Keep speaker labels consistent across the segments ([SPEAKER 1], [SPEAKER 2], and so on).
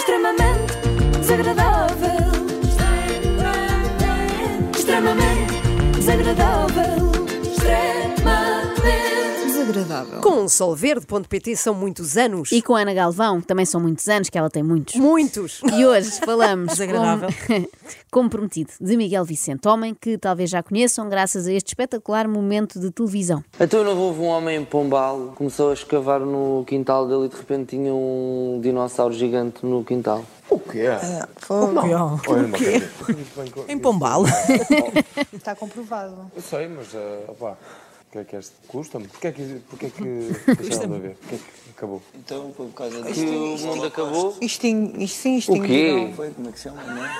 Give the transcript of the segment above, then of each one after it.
[SPEAKER 1] extremamente desagradável. Extremamente desagradável. Extremamente desagradável.
[SPEAKER 2] Com um solverde.pt são muitos anos.
[SPEAKER 3] E com a Ana Galvão, também são muitos anos que ela tem muitos.
[SPEAKER 2] Muitos.
[SPEAKER 3] E hoje falamos,
[SPEAKER 4] Desagradável.
[SPEAKER 3] como, como prometido, de Miguel Vicente, homem que talvez já conheçam graças a este espetacular momento de televisão.
[SPEAKER 5] Então não houve um homem em Pombal, começou a escavar no quintal dele e de repente tinha um dinossauro gigante no quintal.
[SPEAKER 6] O quê?
[SPEAKER 4] Não,
[SPEAKER 6] Olha, uma coisa.
[SPEAKER 4] em Pombal.
[SPEAKER 7] Está comprovado.
[SPEAKER 6] Eu sei, mas eh, opá, o que é que este custa-me? Porquê é que, porquê é que deixaram de haver? Porquê é que acabou?
[SPEAKER 8] Então foi por causa
[SPEAKER 5] Que
[SPEAKER 8] disso.
[SPEAKER 5] o mundo acabou. um
[SPEAKER 7] Isto, in- isto sim, isto
[SPEAKER 5] O quê?
[SPEAKER 7] individual.
[SPEAKER 8] Foi, como é que se chama, não é?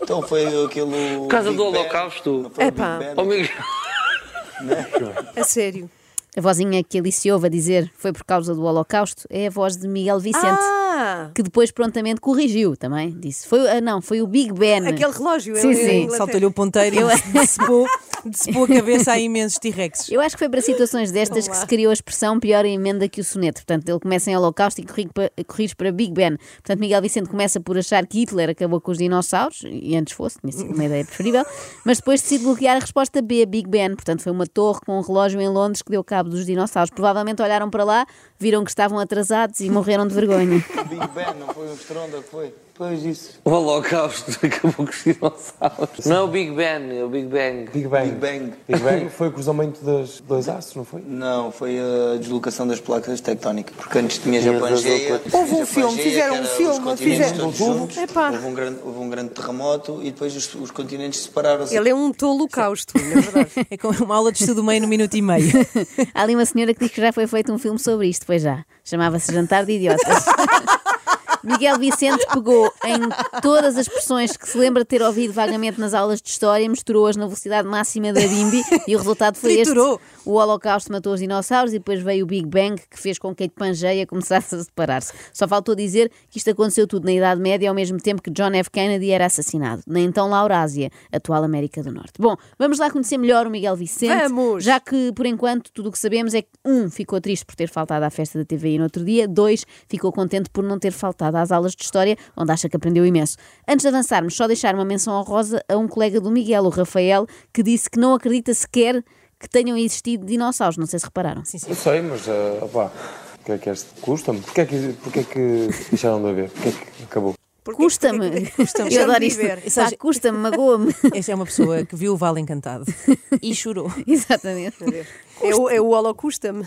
[SPEAKER 8] Então foi aquilo.
[SPEAKER 5] Por causa
[SPEAKER 8] Big
[SPEAKER 5] do
[SPEAKER 8] Bang,
[SPEAKER 5] Holocausto.
[SPEAKER 8] não foi o
[SPEAKER 2] Epá.
[SPEAKER 8] Big Bang?
[SPEAKER 5] Oh, Miguel.
[SPEAKER 2] A sério.
[SPEAKER 3] A vozinha que Alice ouve a dizer foi por causa do Holocausto é a voz de Miguel Vicente.
[SPEAKER 2] Ah,
[SPEAKER 3] Que depois prontamente corrigiu também. Disse: foi, ah, não, foi o Big Ben.
[SPEAKER 2] aquele relógio.
[SPEAKER 3] Sim,
[SPEAKER 2] é,
[SPEAKER 3] sim.
[SPEAKER 2] em Inglaterra.
[SPEAKER 4] Saltou-lhe o ponteiro e decepou, decepou a cabeça a imensos T-Rex.
[SPEAKER 3] Eu acho que foi para situações destas que se criou a expressão pior emenda que o soneto. Portanto, ele começa em Holocausto e corrige pa- corrige para Big Ben. Portanto, Miguel Vicente começa por achar que Hitler acabou com os dinossauros, e antes fosse, tinha sido uma ideia preferível, mas depois decide bloquear a resposta B, Big Ben. Portanto, foi uma torre com um relógio em Londres que deu cabo dos dinossauros. Provavelmente olharam para lá, viram que estavam atrasados e morreram de vergonha.
[SPEAKER 8] Big Bang, não foi um estronda que foi? Depois disso.
[SPEAKER 5] O Holocausto acabou com os dinossauros. Não é o Big Ben, é o Big Bang.
[SPEAKER 6] Big Bang.
[SPEAKER 8] Big Bang.
[SPEAKER 6] Big Bang foi o cruzamento dos dois astros, não foi?
[SPEAKER 8] Não, foi a deslocação das placas tectónicas. Porque antes tinhas a Pangeia.
[SPEAKER 7] Houve um
[SPEAKER 8] tinhas a
[SPEAKER 7] filme,
[SPEAKER 8] Pangeia,
[SPEAKER 7] fizeram
[SPEAKER 8] que
[SPEAKER 7] um
[SPEAKER 8] era
[SPEAKER 7] filme,
[SPEAKER 8] os continentes
[SPEAKER 7] fizeram-
[SPEAKER 8] todos juntos. Houve um grande- Houve um grande terremoto e depois os os continentes separaram-se.
[SPEAKER 2] Ele é um tolo causto, na verdade.
[SPEAKER 4] É como uma aula de estudo meio no minuto e meio.
[SPEAKER 3] Há ali uma senhora que diz que já foi feito um filme sobre isto, pois já. Chamava-se Jantar de Idiotas. Miguel Vicente pegou em todas as expressões que se lembra de ter ouvido vagamente nas aulas de história, misturou-as na velocidade máxima da Bimbi e o resultado foi
[SPEAKER 4] Triturou.
[SPEAKER 3] este. O Holocausto matou os dinossauros e depois veio o Big Bang que fez com que a Pangeia começasse a separar-se. Só faltou dizer que isto aconteceu tudo na Idade Média ao mesmo tempo que John F. Kennedy era assassinado, na então Laurásia, atual América do Norte. Bom, vamos lá conhecer melhor o Miguel Vicente.
[SPEAKER 2] Vamos!
[SPEAKER 3] Já que, por enquanto, tudo o que sabemos é que, um, ficou triste por ter faltado à festa da TVI no outro dia, dois, ficou contente por não ter faltado às aulas de História, onde acha que aprendeu imenso. Antes de avançarmos, só deixar uma menção honrosa a um colega do Miguel, o Rafael, que disse que não acredita sequer que tenham existido dinossauros. Não sei se repararam.
[SPEAKER 6] Eu sei, mas eh, opá, o que é que este custa-me? Porquê é que, porquê é que deixaram de haver? Porquê é que acabou?
[SPEAKER 3] Custa-me.
[SPEAKER 2] Custa-me.
[SPEAKER 3] Eu adoro
[SPEAKER 2] Deixa-me
[SPEAKER 3] isto.
[SPEAKER 2] viver.
[SPEAKER 3] Pá, Custa-me, magoa-me.
[SPEAKER 4] Esta é uma pessoa que viu o Vale Encantado e chorou.
[SPEAKER 3] Exatamente.
[SPEAKER 2] É o, é o holocausta-me.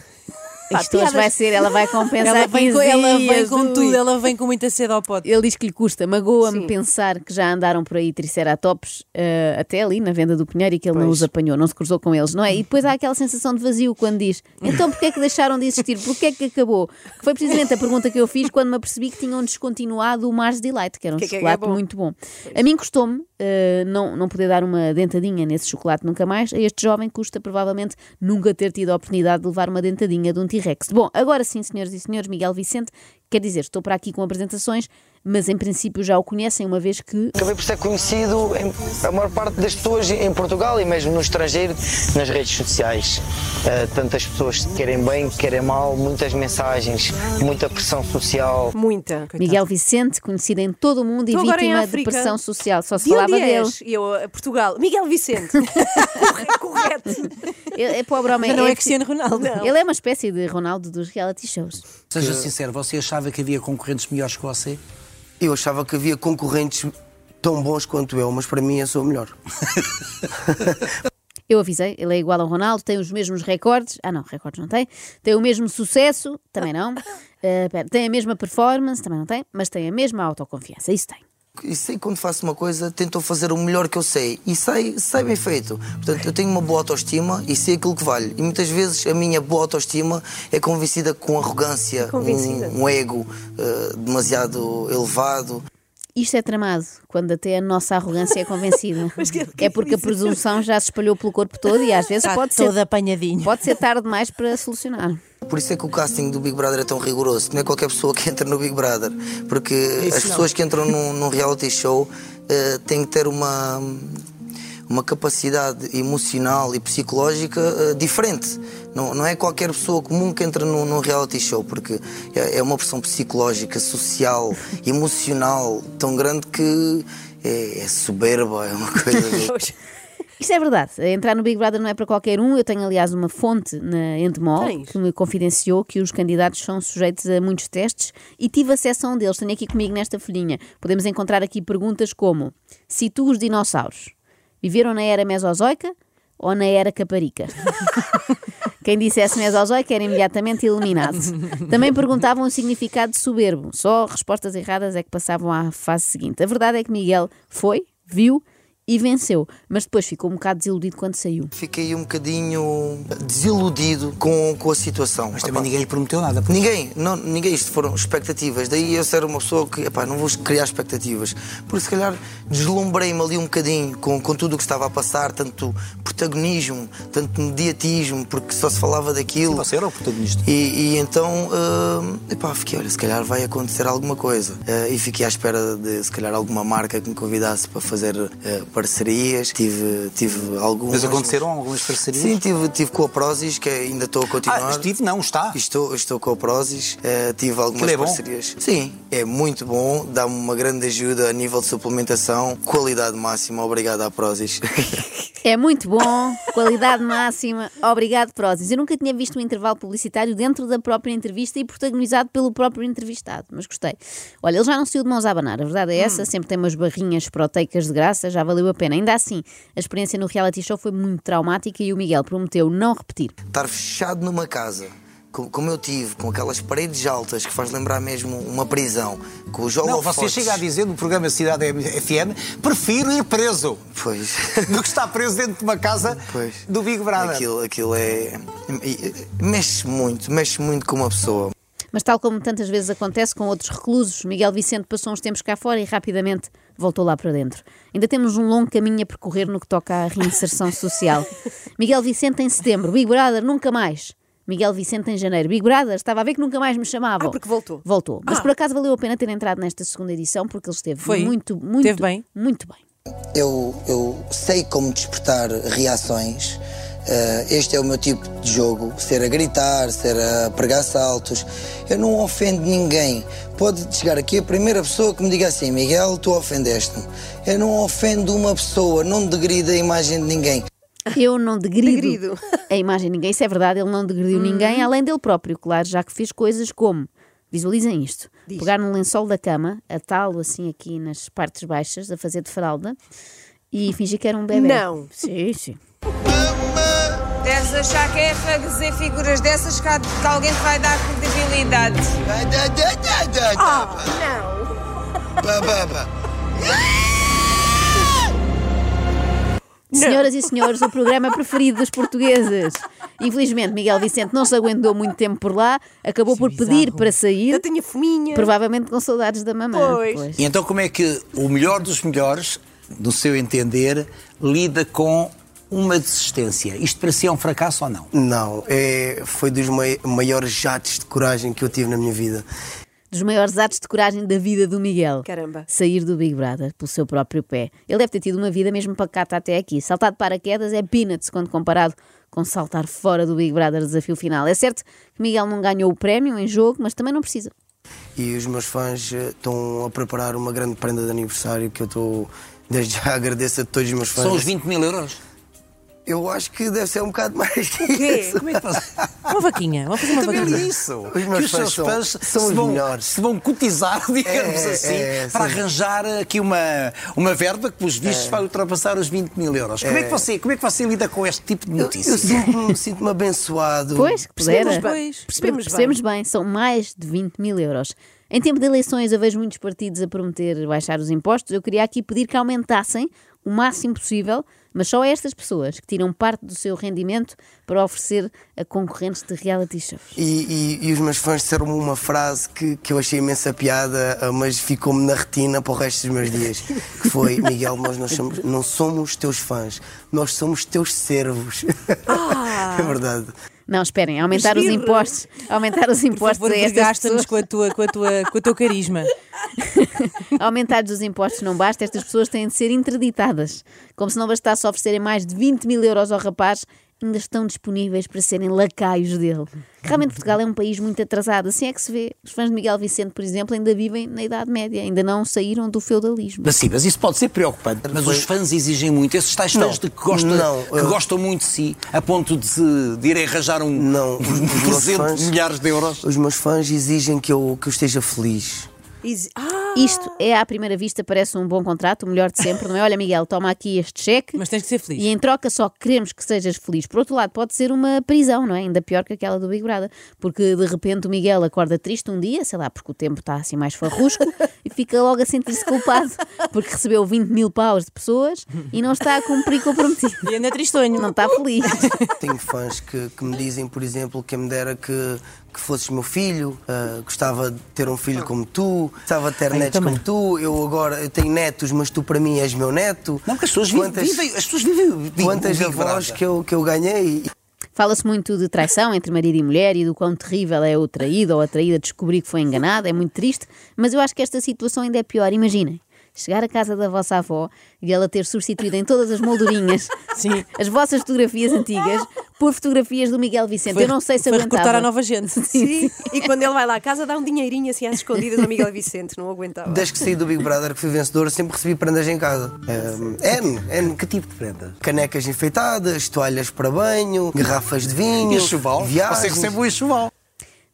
[SPEAKER 3] Isto hoje vai ser, ela vai compensar
[SPEAKER 4] Ela vem,
[SPEAKER 3] 15
[SPEAKER 4] com, ela vem
[SPEAKER 3] dias,
[SPEAKER 4] com
[SPEAKER 3] ui.
[SPEAKER 4] tudo, ela vem com muita sede ao pote.
[SPEAKER 3] Ele diz que lhe custa, magoa-me
[SPEAKER 2] Sim.
[SPEAKER 3] pensar que já andaram por aí triceratops eh, até ali na venda do Pinheiro e que ele não os apanhou, não se cruzou com eles, não é? E depois há aquela sensação de vazio quando diz: então porquê é que deixaram de existir? Porquê é que acabou? Que foi precisamente a pergunta que eu fiz quando me apercebi que tinham descontinuado o Mars Delight, que era um
[SPEAKER 2] Que é que
[SPEAKER 3] chocolate
[SPEAKER 2] acabou?
[SPEAKER 3] muito bom. A mim custou-me eh, não, não poder dar uma dentadinha nesse chocolate nunca mais. A este jovem custa provavelmente nunca ter tido a oportunidade de levar uma dentadinha de um T-Rex. Bom, agora sim, senhoras e senhores, Miguel Vicente, quer dizer, estou para aqui com apresentações, mas em princípio já o conhecem, uma vez que
[SPEAKER 9] Acabei por ser conhecido em, a maior parte das pessoas em Portugal e mesmo no estrangeiro nas redes sociais. Eh, tantas pessoas que querem bem, que querem mal, muitas mensagens, muita pressão social.
[SPEAKER 2] Muita.
[SPEAKER 3] Miguel Vicente, conhecido em todo o mundo e
[SPEAKER 2] Estou agora em
[SPEAKER 3] vítima de
[SPEAKER 2] África.
[SPEAKER 3] pressão social, só se
[SPEAKER 2] De
[SPEAKER 3] falava
[SPEAKER 2] onde
[SPEAKER 3] dele.
[SPEAKER 2] és? E eu, a Portugal. Miguel Vicente. Corre- Correto.
[SPEAKER 3] Ele- É pobre homem.
[SPEAKER 4] Mas não é
[SPEAKER 3] que-
[SPEAKER 4] Cristiano Ronaldo.
[SPEAKER 3] Ele é uma espécie de Ronaldo dos reality shows.
[SPEAKER 10] Seja sincero, você achava que havia concorrentes melhores que você?
[SPEAKER 9] Eu achava que havia concorrentes tão bons quanto eu, mas para mim eu sou o melhor.
[SPEAKER 3] Eu avisei, ele é igual ao Ronaldo, tem os mesmos recordes. Ah, não, recordes não tem. Tem o mesmo sucesso, também não. Eh, pera, tem a mesma performance, também não tem. Mas tem a mesma autoconfiança, isso tem.
[SPEAKER 9] E sei que quando faço uma coisa, tento fazer o melhor que eu sei. E sai, sai bem feito. Portanto, eu tenho uma boa autoestima e sei aquilo que vale. E muitas vezes a minha boa autoestima é convencida com arrogância,
[SPEAKER 2] Convencida.
[SPEAKER 9] Um, um ego eh, demasiado elevado.
[SPEAKER 3] Isto é tramado, quando até a nossa arrogância é convencida. é porque a presunção já se espalhou pelo corpo todo e às vezes
[SPEAKER 2] Tá
[SPEAKER 4] Está
[SPEAKER 3] pode
[SPEAKER 4] todo
[SPEAKER 3] ser,
[SPEAKER 4] apanhadinho.
[SPEAKER 3] pode ser tarde demais para solucionar.
[SPEAKER 9] Por isso é que o casting do Big Brother é tão rigoroso. Não é qualquer pessoa que entra no Big Brother. Porque as pessoas que entram num, num reality show eh, têm que ter uma, uma capacidade emocional e psicológica eh, diferente. Não, não é qualquer pessoa comum que entra num, num reality show, porque é, é uma pressão psicológica, social, emocional tão grande que é, é soberba, é uma coisa. do-
[SPEAKER 3] Isto é verdade. Entrar no Big Brother não é para qualquer um. Eu tenho, aliás, uma fonte na Endemol
[SPEAKER 2] Tens?
[SPEAKER 3] que me confidenciou que os candidatos são sujeitos a muitos testes e tive acesso a um deles. Tenho aqui comigo nesta folhinha. Podemos encontrar aqui perguntas como: se tu os dinossauros viveram na era mesozoica ou na era caparica? Quem dissesse mesozoica era imediatamente eliminado. Também perguntavam o significado de soberbo. Só respostas erradas é que passavam à fase seguinte. A verdade é que Miguel foi, viu e venceu, mas depois ficou um bocado desiludido quando saiu.
[SPEAKER 9] Fiquei um bocadinho desiludido com, com a situação.
[SPEAKER 10] Mas também
[SPEAKER 9] Epá,
[SPEAKER 10] ninguém lhe prometeu nada. pois.
[SPEAKER 9] Ninguém, não, ninguém, isto foram expectativas. Daí eu ser uma pessoa que, epá, não vou criar expectativas. Porque se calhar deslumbrei-me ali um bocadinho com, com tudo o que estava a passar, tanto protagonismo, tanto mediatismo, porque só se falava daquilo.
[SPEAKER 10] Você era o protagonista.
[SPEAKER 9] E, e então, hum, epá, fiquei, olha, se calhar vai acontecer alguma coisa. Eh, e fiquei à espera de, se calhar, alguma marca que me convidasse para fazer eh, parcerias. Tive, tive algumas.
[SPEAKER 10] Mas aconteceram algumas parcerias?
[SPEAKER 9] Sim, tive, tive com a Prozis, que ainda estou a continuar.
[SPEAKER 10] Ah, estive, não, está.
[SPEAKER 9] Estou, estou com a Prozis, eh, tive algumas
[SPEAKER 10] Aquilo é bom?
[SPEAKER 9] parcerias. Sim, é muito bom, dá-me uma grande ajuda a nível de suplementação, qualidade máxima, obrigado à Prozis.
[SPEAKER 3] É muito bom, qualidade máxima, obrigado, Prozis. Eu nunca tinha visto um intervalo publicitário dentro da própria entrevista e protagonizado pelo próprio entrevistado, mas gostei. Olha, ele já não saiu de mãos a abanar, a verdade é essa, sempre tem umas barrinhas proteicas de graça, já valeu a pena. Ainda assim, a experiência no reality show foi muito traumática e o Miguel prometeu não repetir.
[SPEAKER 9] Estar fechado numa casa, co- como eu tive, com aquelas paredes altas que faz lembrar mesmo uma prisão, com os
[SPEAKER 10] Não,
[SPEAKER 9] holofotes.
[SPEAKER 10] você chega a dizer no programa Cidade FM, prefiro ir preso
[SPEAKER 9] Pois.
[SPEAKER 10] do que estar preso dentro de uma casa
[SPEAKER 9] Pois.
[SPEAKER 10] do Big Brother.
[SPEAKER 9] Aquilo, aquilo é. Mexe muito, mexe muito com uma pessoa.
[SPEAKER 3] Mas tal como tantas vezes acontece com outros reclusos, Miguel Vicente passou uns tempos cá fora e rapidamente voltou lá para dentro. Ainda temos um longo caminho a percorrer no que toca à reinserção social. Miguel Vicente em setembro, Big Brother nunca mais. Miguel Vicente em janeiro, Big Brother, estava a ver que nunca mais me chamavam.
[SPEAKER 2] Ah, porque voltou.
[SPEAKER 3] Voltou. Mas
[SPEAKER 2] Ah.
[SPEAKER 3] por acaso valeu a pena ter entrado nesta segunda edição porque ele esteve
[SPEAKER 4] Foi.
[SPEAKER 3] muito, muito,
[SPEAKER 4] Esteve bem.
[SPEAKER 3] muito bem.
[SPEAKER 9] eu, eu sei como despertar reações. Eh, este é o meu tipo de jogo: ser a gritar, ser a pregar saltos. Eu não ofendo ninguém. Pode chegar aqui a primeira pessoa que me diga assim: Miguel, tu ofendeste-me. Eu não ofendo uma pessoa, não degrida a imagem de ninguém.
[SPEAKER 3] Eu não degrido,
[SPEAKER 2] Degrido. Uhum.
[SPEAKER 3] a imagem de ninguém. Isso é verdade, ele não degrediu ninguém, além dele próprio, claro, já que fez coisas como. Visualizem isto: pegar no lençol da cama, atá-lo assim aqui nas partes baixas, a fazer de fralda e fingir que era um bebê.
[SPEAKER 2] Não.
[SPEAKER 3] Sim, sim.
[SPEAKER 11] Deves achar que é fazer figuras dessas que, há- que alguém te vai dar credibilidade.
[SPEAKER 2] Não.
[SPEAKER 3] Senhoras e senhores, o programa preferido dos portugueses. Infelizmente, Miguel Vicente não se aguentou muito tempo por lá, acabou por pedir para sair,
[SPEAKER 2] Eu tinha fominha.
[SPEAKER 3] provavelmente com saudades da mamãe.
[SPEAKER 2] Pois.
[SPEAKER 10] E então como é que o melhor dos melhores, no seu entender, lida com uma desistência? Isto para si é um fracasso ou não?
[SPEAKER 9] Não, é, foi dos maiores jatos de coragem que eu tive na minha vida.
[SPEAKER 3] dos maiores atos de coragem da vida do Miguel.
[SPEAKER 2] Caramba.
[SPEAKER 3] Sair do Big Brother pelo seu próprio pé. Ele deve ter tido uma vida mesmo pacata até aqui. Saltar de paraquedas é peanuts quando comparado com saltar fora do Big Brother desafio final. É certo que Miguel não ganhou o prémio em jogo, mas também não precisa.
[SPEAKER 9] e os meus fãs eh, estão a preparar uma grande prenda de aniversário que eu estou. Desde já agradeço a todos os meus fãs.
[SPEAKER 10] São os 20 mil euros.
[SPEAKER 9] Eu acho que deve ser um bocado mais que
[SPEAKER 2] quê?
[SPEAKER 9] isso.
[SPEAKER 10] Como é que faz?
[SPEAKER 4] Ah, Uma vaquinha, vamos fazer uma
[SPEAKER 10] Também
[SPEAKER 4] vaquinha.
[SPEAKER 10] é isso.
[SPEAKER 9] Os meus
[SPEAKER 10] que os
[SPEAKER 9] fãs
[SPEAKER 10] seus
[SPEAKER 9] são-
[SPEAKER 10] fãs
[SPEAKER 9] são
[SPEAKER 10] se,
[SPEAKER 9] os
[SPEAKER 10] vão,
[SPEAKER 9] melhores.
[SPEAKER 10] se vão cotizar, digamos
[SPEAKER 9] É, é,
[SPEAKER 10] assim,
[SPEAKER 9] é,
[SPEAKER 10] para
[SPEAKER 9] sim. É.
[SPEAKER 10] arranjar aqui uma, uma verba que, pelos vistos, vai ultrapassar os 20 mil euros. Como, é que você, como é que você lida com este tipo de
[SPEAKER 9] Eu, eu
[SPEAKER 10] notícias?
[SPEAKER 9] sinto-me sinto-me abençoado.
[SPEAKER 3] Pois, que pudera.
[SPEAKER 2] Percebemos bem.
[SPEAKER 4] Pois.
[SPEAKER 2] Percebemos bem.
[SPEAKER 3] bem. São mais de 20 mil euros. Em tempo de eleições, eu vejo muitos partidos a prometer baixar os impostos. Eu queria aqui pedir que aumentassem o máximo possível, mas só a estas pessoas que tiram parte do seu rendimento para oferecer a concorrentes de reality shows.
[SPEAKER 9] E, e- e os meus fãs disseram-me uma frase que, que eu achei imensa piada, ah, mas ficou-me na retina para o resto dos meus dias. Que foi, Miguel, nós não somos, não somos teus fãs, nós somos teus servos. é verdade.
[SPEAKER 3] Não, esperem, aumentar os
[SPEAKER 2] Esbirro.
[SPEAKER 3] impostos, aumentar os
[SPEAKER 4] eh, Por
[SPEAKER 3] impostos
[SPEAKER 4] favor,
[SPEAKER 3] a estas
[SPEAKER 4] gasta-nos
[SPEAKER 3] pessoas,
[SPEAKER 4] com, a tua- com, a tua- com o teu carisma.
[SPEAKER 3] aumentar os impostos não basta, estas pessoas têm de ser interditadas. Como se não bastasse oferecerem mais de 20 mil euros ao rapaz, ainda estão disponíveis para serem lacaios dele. Realmente Portugal é um país muito atrasado, assim é que se vê. Os fãs de Miguel Vicente, por exemplo, ainda vivem na Idade Média, ainda não saíram do feudalismo.
[SPEAKER 10] Mas sim, mas isso pode ser preocupante. Mas os fãs exigem muito. Esses tais fãs
[SPEAKER 3] Não,
[SPEAKER 10] de que, gostam,
[SPEAKER 9] não,
[SPEAKER 10] que
[SPEAKER 9] eu-
[SPEAKER 10] gostam muito de si, a ponto de, se- de irem arranjar um, um
[SPEAKER 9] Os meus
[SPEAKER 10] presente
[SPEAKER 9] fãs-
[SPEAKER 10] de milhares de euros.
[SPEAKER 9] Os meus fãs exigem que eu, que eu esteja feliz.
[SPEAKER 3] Isto é à primeira vista, parece um bom contrato, o melhor de sempre, não é? Olha, Miguel, toma aqui este cheque.
[SPEAKER 4] Mas tens que ser feliz.
[SPEAKER 3] E em troca só queremos que sejas feliz. Por outro lado, pode ser uma prisão, não é? Ainda pior que aquela do Big Brother. Porque de repente o Miguel acorda triste um dia, sei lá, porque o tempo está assim mais farrusco e fica logo a sentir-se culpado porque recebeu 20 mil paus de pessoas e não está a cumprir com o prometido.
[SPEAKER 4] E ainda é tristonho.
[SPEAKER 3] Não está feliz.
[SPEAKER 9] Tenho fãs que, que me dizem, por exemplo, que me dera que, que fosses meu filho, ah, gostava de ter um filho como tu, gostava de ter
[SPEAKER 10] Ah, eu
[SPEAKER 9] netos
[SPEAKER 10] também.
[SPEAKER 9] como tu, eu agora eu tenho netos, mas tu para mim és meu neto. Não,
[SPEAKER 10] porque as pessoas vivem- vivem- as pessoas vivem
[SPEAKER 9] Quantas
[SPEAKER 10] Big
[SPEAKER 9] avós
[SPEAKER 10] Brother.
[SPEAKER 9] que eu, que eu ganhei.
[SPEAKER 3] Fala-se muito de traição entre marido e mulher e do quão terrível é o traído ou a traída descobrir que foi enganada, é muito triste, mas eu acho que esta situação ainda é pior. Imaginem. Chegar à casa da vossa avó e ela ter substituído em todas as moldurinhas as vossas fotografias antigas por fotografias do Miguel Vicente.
[SPEAKER 2] Foi-
[SPEAKER 3] eu não sei se
[SPEAKER 2] foi
[SPEAKER 3] aguentava.
[SPEAKER 2] recrutar a
[SPEAKER 3] nova
[SPEAKER 4] gente.
[SPEAKER 2] Sim. E quando ele vai lá à casa, dá um dinheirinho assim às escondidas ao Miguel Vicente, não aguentava.
[SPEAKER 9] Desde que saí do Big Brother, que fui vencedor, sempre recebi prendas em casa. É, é, que tipo de prenda? Canecas enfeitadas, toalhas para banho, garrafas de vinho,
[SPEAKER 10] Enxoval?
[SPEAKER 9] viagens.
[SPEAKER 10] Você recebe um enxoval.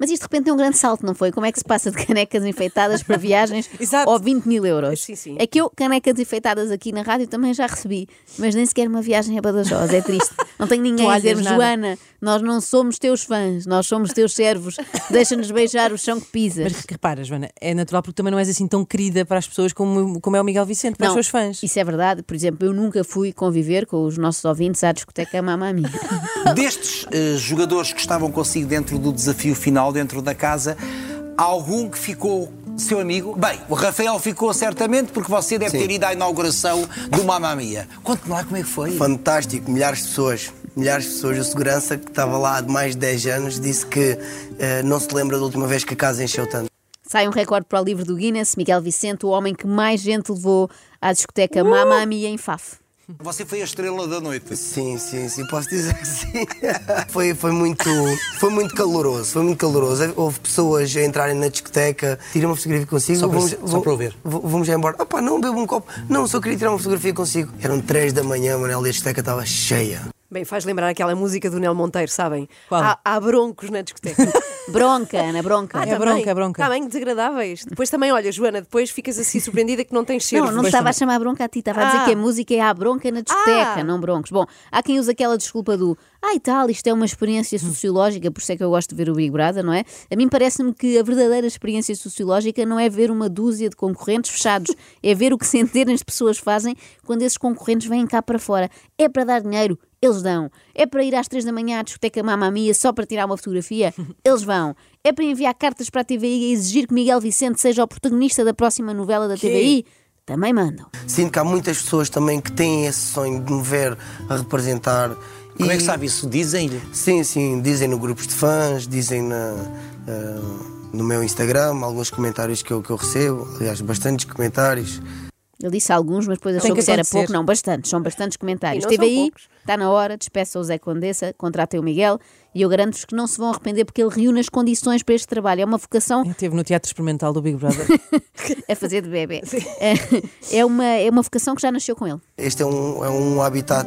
[SPEAKER 3] Mas isto de repente é um grande salto, não foi? Como é que se passa de canecas enfeitadas para viagens ou 20 mil euros?
[SPEAKER 2] Sim, sim.
[SPEAKER 3] É que eu, canecas enfeitadas aqui na rádio, também já recebi, mas nem sequer uma viagem a Badajoz, é triste. Não tenho ninguém a
[SPEAKER 2] Toalhas,
[SPEAKER 3] dizer-me,
[SPEAKER 2] nada.
[SPEAKER 3] Joana, nós não somos teus fãs, nós somos teus servos, deixa-nos beijar o chão que pisas.
[SPEAKER 4] Mas repara, Joana, é natural porque também não és assim tão querida para as pessoas como, como é o Miguel Vicente, para os seus fãs.
[SPEAKER 3] Isso é verdade, por exemplo, eu nunca fui conviver com os nossos ouvintes à discoteca Mamma Mia.
[SPEAKER 10] Destes eh, jogadores que estavam consigo dentro do desafio final, dentro da casa, há algum que ficou seu amigo? Bem, o Rafael ficou certamente porque você deve ter ido à inauguração do Mamma Mia. Conte-me lá como é que foi.
[SPEAKER 9] Fantástico, milhares de pessoas. Milhares de pessoas. O segurança que estava lá há mais de 10 anos disse que eh, não se lembra da última vez que a casa encheu tanto.
[SPEAKER 3] Sai um recorde para o livro do Guinness, Miguel Vicente, o homem que mais gente levou à discoteca
[SPEAKER 2] Uh!
[SPEAKER 3] Mamma Mia em Faf.
[SPEAKER 10] Você foi a estrela da noite.
[SPEAKER 9] Sim, sim, sim, posso dizer que sim. foi, foi, muito, foi muito caloroso, foi muito caloroso. Houve pessoas a entrarem na discoteca, tira uma fotografia consigo.
[SPEAKER 10] Só para-
[SPEAKER 9] vamos,
[SPEAKER 10] só
[SPEAKER 9] vou-
[SPEAKER 10] para eu ver.
[SPEAKER 9] vou- Vamos já embora. Ah pá, não, bebo um copo. Não, só queria tirar uma fotografia consigo. Eram 3 da manhã, Manel, e a discoteca estava cheia.
[SPEAKER 2] Bem, faz lembrar aquela música do Nel Monteiro, sabem? Há, há broncos na discoteca.
[SPEAKER 3] bronca, na bronca.
[SPEAKER 2] Ah,
[SPEAKER 3] É
[SPEAKER 2] também.
[SPEAKER 3] bronca, é bronca.
[SPEAKER 2] Também desagradáveis. Depois também, olha, Joana, depois ficas assim surpreendida que não tens cheiro.
[SPEAKER 3] Não, não estava a chamar bronca a ti, estava a dizer
[SPEAKER 2] Ah.
[SPEAKER 3] que a música é a bronca na discoteca,
[SPEAKER 2] Ah.
[SPEAKER 3] não broncos. Bom, há quem usa aquela desculpa do ai tal, isto é uma experiência sociológica, por isso é que eu gosto de ver o Big Brother, não é? A mim parece-me que a verdadeira experiência sociológica não é ver uma dúzia de concorrentes fechados, é ver o que centenas de pessoas fazem quando esses concorrentes vêm cá para fora. É para dar dinheiro. Eles dão. É para ir às três da manhã à discoteca Mamma Mia só para tirar uma fotografia? Eles vão. É para enviar cartas para a TVI e exigir que Miguel Vicente seja o protagonista da próxima novela da TVI? Também mandam.
[SPEAKER 9] Sinto que há muitas pessoas também que têm esse sonho de me ver a representar.
[SPEAKER 10] Como é que sabe isso? Dizem-lhe?
[SPEAKER 9] Sim, sim, dizem no grupos de fãs, dizem na, eh, no meu Instagram, alguns comentários que eu, que eu recebo, aliás, bastantes comentários.
[SPEAKER 3] Ele disse alguns, mas depois
[SPEAKER 9] Tem
[SPEAKER 3] achou
[SPEAKER 9] que
[SPEAKER 3] que, isso era
[SPEAKER 9] acontecer.
[SPEAKER 3] pouco. Não, bastantes, são bastantes comentários.
[SPEAKER 9] E não são
[SPEAKER 3] Esteve aí, está na hora, despeça o Zé Condessa, contratem o Miguel e eu garanto-vos que não se vão arrepender porque ele reúne as condições para este trabalho. É uma vocação
[SPEAKER 4] Teve no Teatro Experimental do Big Brother.
[SPEAKER 3] a fazer de bebê. É, é uma, é uma vocação que já nasceu com ele.
[SPEAKER 9] Este é um, é um habitat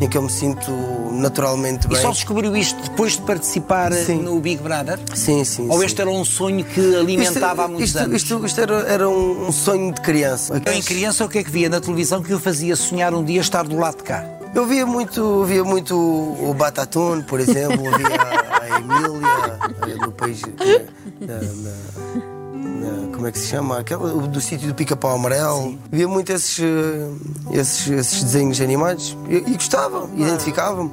[SPEAKER 9] em que eu me sinto naturalmente
[SPEAKER 10] E
[SPEAKER 9] bem.
[SPEAKER 10] só descobriu isto depois de participar eh,
[SPEAKER 9] Sim.
[SPEAKER 10] no Big Brother?
[SPEAKER 9] Sim, sim.
[SPEAKER 10] Ou
[SPEAKER 9] sim.
[SPEAKER 10] este era um sonho que alimentava há muitos
[SPEAKER 9] isto,
[SPEAKER 10] anos?
[SPEAKER 9] Isto, isto era, era um, um sonho de criança.
[SPEAKER 10] Eu, em criança, o que é que via na televisão que o fazia sonhar um dia estar do lado de cá?
[SPEAKER 9] Eu via muito, eu via muito o Batatune, por exemplo, eu via a, a Emília, eh, do país. eh, da- da- da- como é que se chama? Aquela, o do sítio do pica-pau amarelo. Via muito esses, eh, esses, esses desenhos animados e, e gostava,
[SPEAKER 10] Ah.
[SPEAKER 9] identificava-me.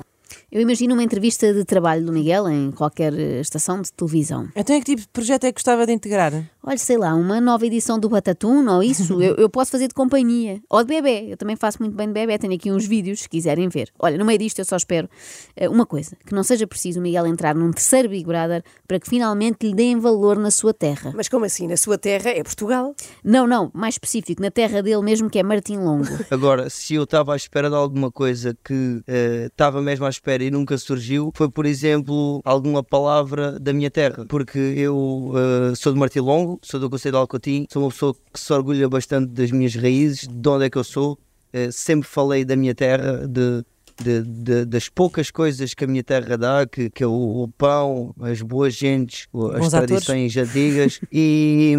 [SPEAKER 3] Eu imagino uma entrevista de trabalho do Miguel em qualquer eh, estação de televisão.
[SPEAKER 4] Então é que tipo de projeto é que gostava de integrar?
[SPEAKER 3] Olha, sei lá, uma nova edição do Batatune ou isso, eu, eu posso fazer de companhia. Ou de bebê, eu também faço muito bem de bebê, tenho aqui uns vídeos se quiserem ver. Olha, no meio disto eu só espero eh, uma coisa, que não seja preciso o Miguel entrar num terceiro Big Brother para que finalmente lhe deem valor na sua terra.
[SPEAKER 2] Mas como assim? Na sua terra é Portugal?
[SPEAKER 3] Não, não, mais específico, na terra dele mesmo que é Martim Longo.
[SPEAKER 12] Agora, se eu estava à espera de alguma coisa que eh, estava mesmo à espera e nunca surgiu foi, por exemplo, alguma palavra da minha terra, porque eu eh, sou de Martilongo, sou do Conselho de Alcotim, sou uma pessoa que se orgulha bastante das minhas raízes, de onde é que eu sou, eh, sempre falei da minha terra, de, de- de- das poucas coisas que a minha terra dá, que, que é o, o pão, as boas gentes, o- as
[SPEAKER 4] Bons atores.
[SPEAKER 12] tradições antigas, e,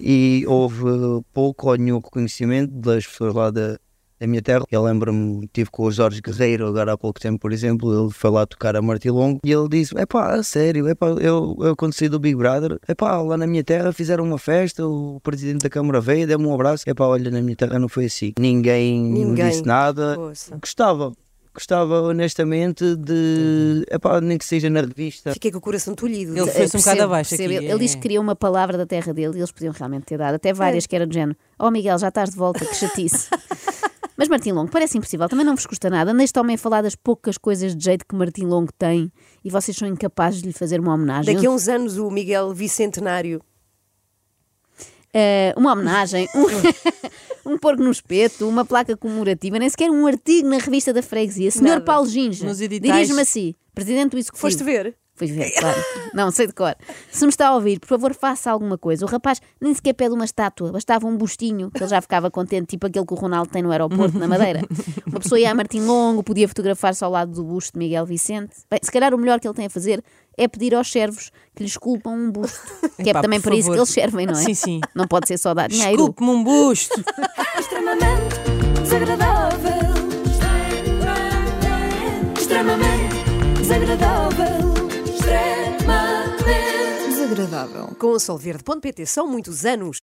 [SPEAKER 12] e houve pouco ou nenhum reconhecimento das pessoas lá da, da minha terra. Eu lembro-me, tive com o Jorge Guerreiro agora há pouco tempo, por exemplo, ele foi lá tocar a Martilongo e ele disse: é pá, sério, epá, eu, eu quando saí do Big Brother, é pá, lá na minha terra fizeram uma festa, o presidente da Câmara veio, deu-me um abraço, é pá, olha, na minha terra não foi assim. Ninguém, me
[SPEAKER 13] Ninguém.
[SPEAKER 12] disse nada. Gostava. Gostava honestamente de. Epá, nem que seja na revista.
[SPEAKER 2] Fiquei com o coração tolhido.
[SPEAKER 12] Ele foi-se um bocado abaixo
[SPEAKER 3] percebo.
[SPEAKER 12] aqui,
[SPEAKER 3] Ele, ele
[SPEAKER 12] é.
[SPEAKER 3] diz que queria uma palavra da terra dele e eles podiam realmente ter dado, até várias
[SPEAKER 2] É.
[SPEAKER 3] que era do género. Oh Miguel, já estás de volta, que chatice. Mas Martim Longo, parece impossível, também não vos custa nada. Neste homem a falar das poucas coisas de jeito que Martim Longo tem e vocês são incapazes de lhe fazer uma homenagem.
[SPEAKER 2] Daqui a um- uns anos o Miguel Bicentenário.
[SPEAKER 3] Eh, uma homenagem, um, um porco no espeto, uma placa comemorativa, nem sequer um artigo na revista da freguesia. Senhor Paulo Ginja,
[SPEAKER 2] Nos editais.
[SPEAKER 3] dirige-me a si, presidente do executivo.
[SPEAKER 2] Foste ver?
[SPEAKER 3] Fui ver, claro. Não, sei de cor. Se me está a ouvir, por favor, faça alguma coisa. O rapaz nem sequer pede uma estátua, bastava um bustinho, que ele já ficava contente, tipo aquele que o Ronaldo tem no aeroporto, na Madeira. Uma pessoa ia a Martim Longo, podia fotografar-se ao lado do busto de Miguel Vicente. Bem, se calhar o melhor que ele tem a fazer é pedir aos servos que lhe esculpam um busto. Que é
[SPEAKER 4] Epá,
[SPEAKER 3] também
[SPEAKER 4] por
[SPEAKER 3] para isso que
[SPEAKER 4] favor.
[SPEAKER 3] eles servem, não é?
[SPEAKER 4] Sim, sim.
[SPEAKER 3] Não pode ser só dar dinheiro.
[SPEAKER 4] Desculpe-me um busto.
[SPEAKER 1] Extremamente desagradável. Extremamente desagradável. Extremamente desagradável.
[SPEAKER 2] Com o solverde.pt são muitos anos.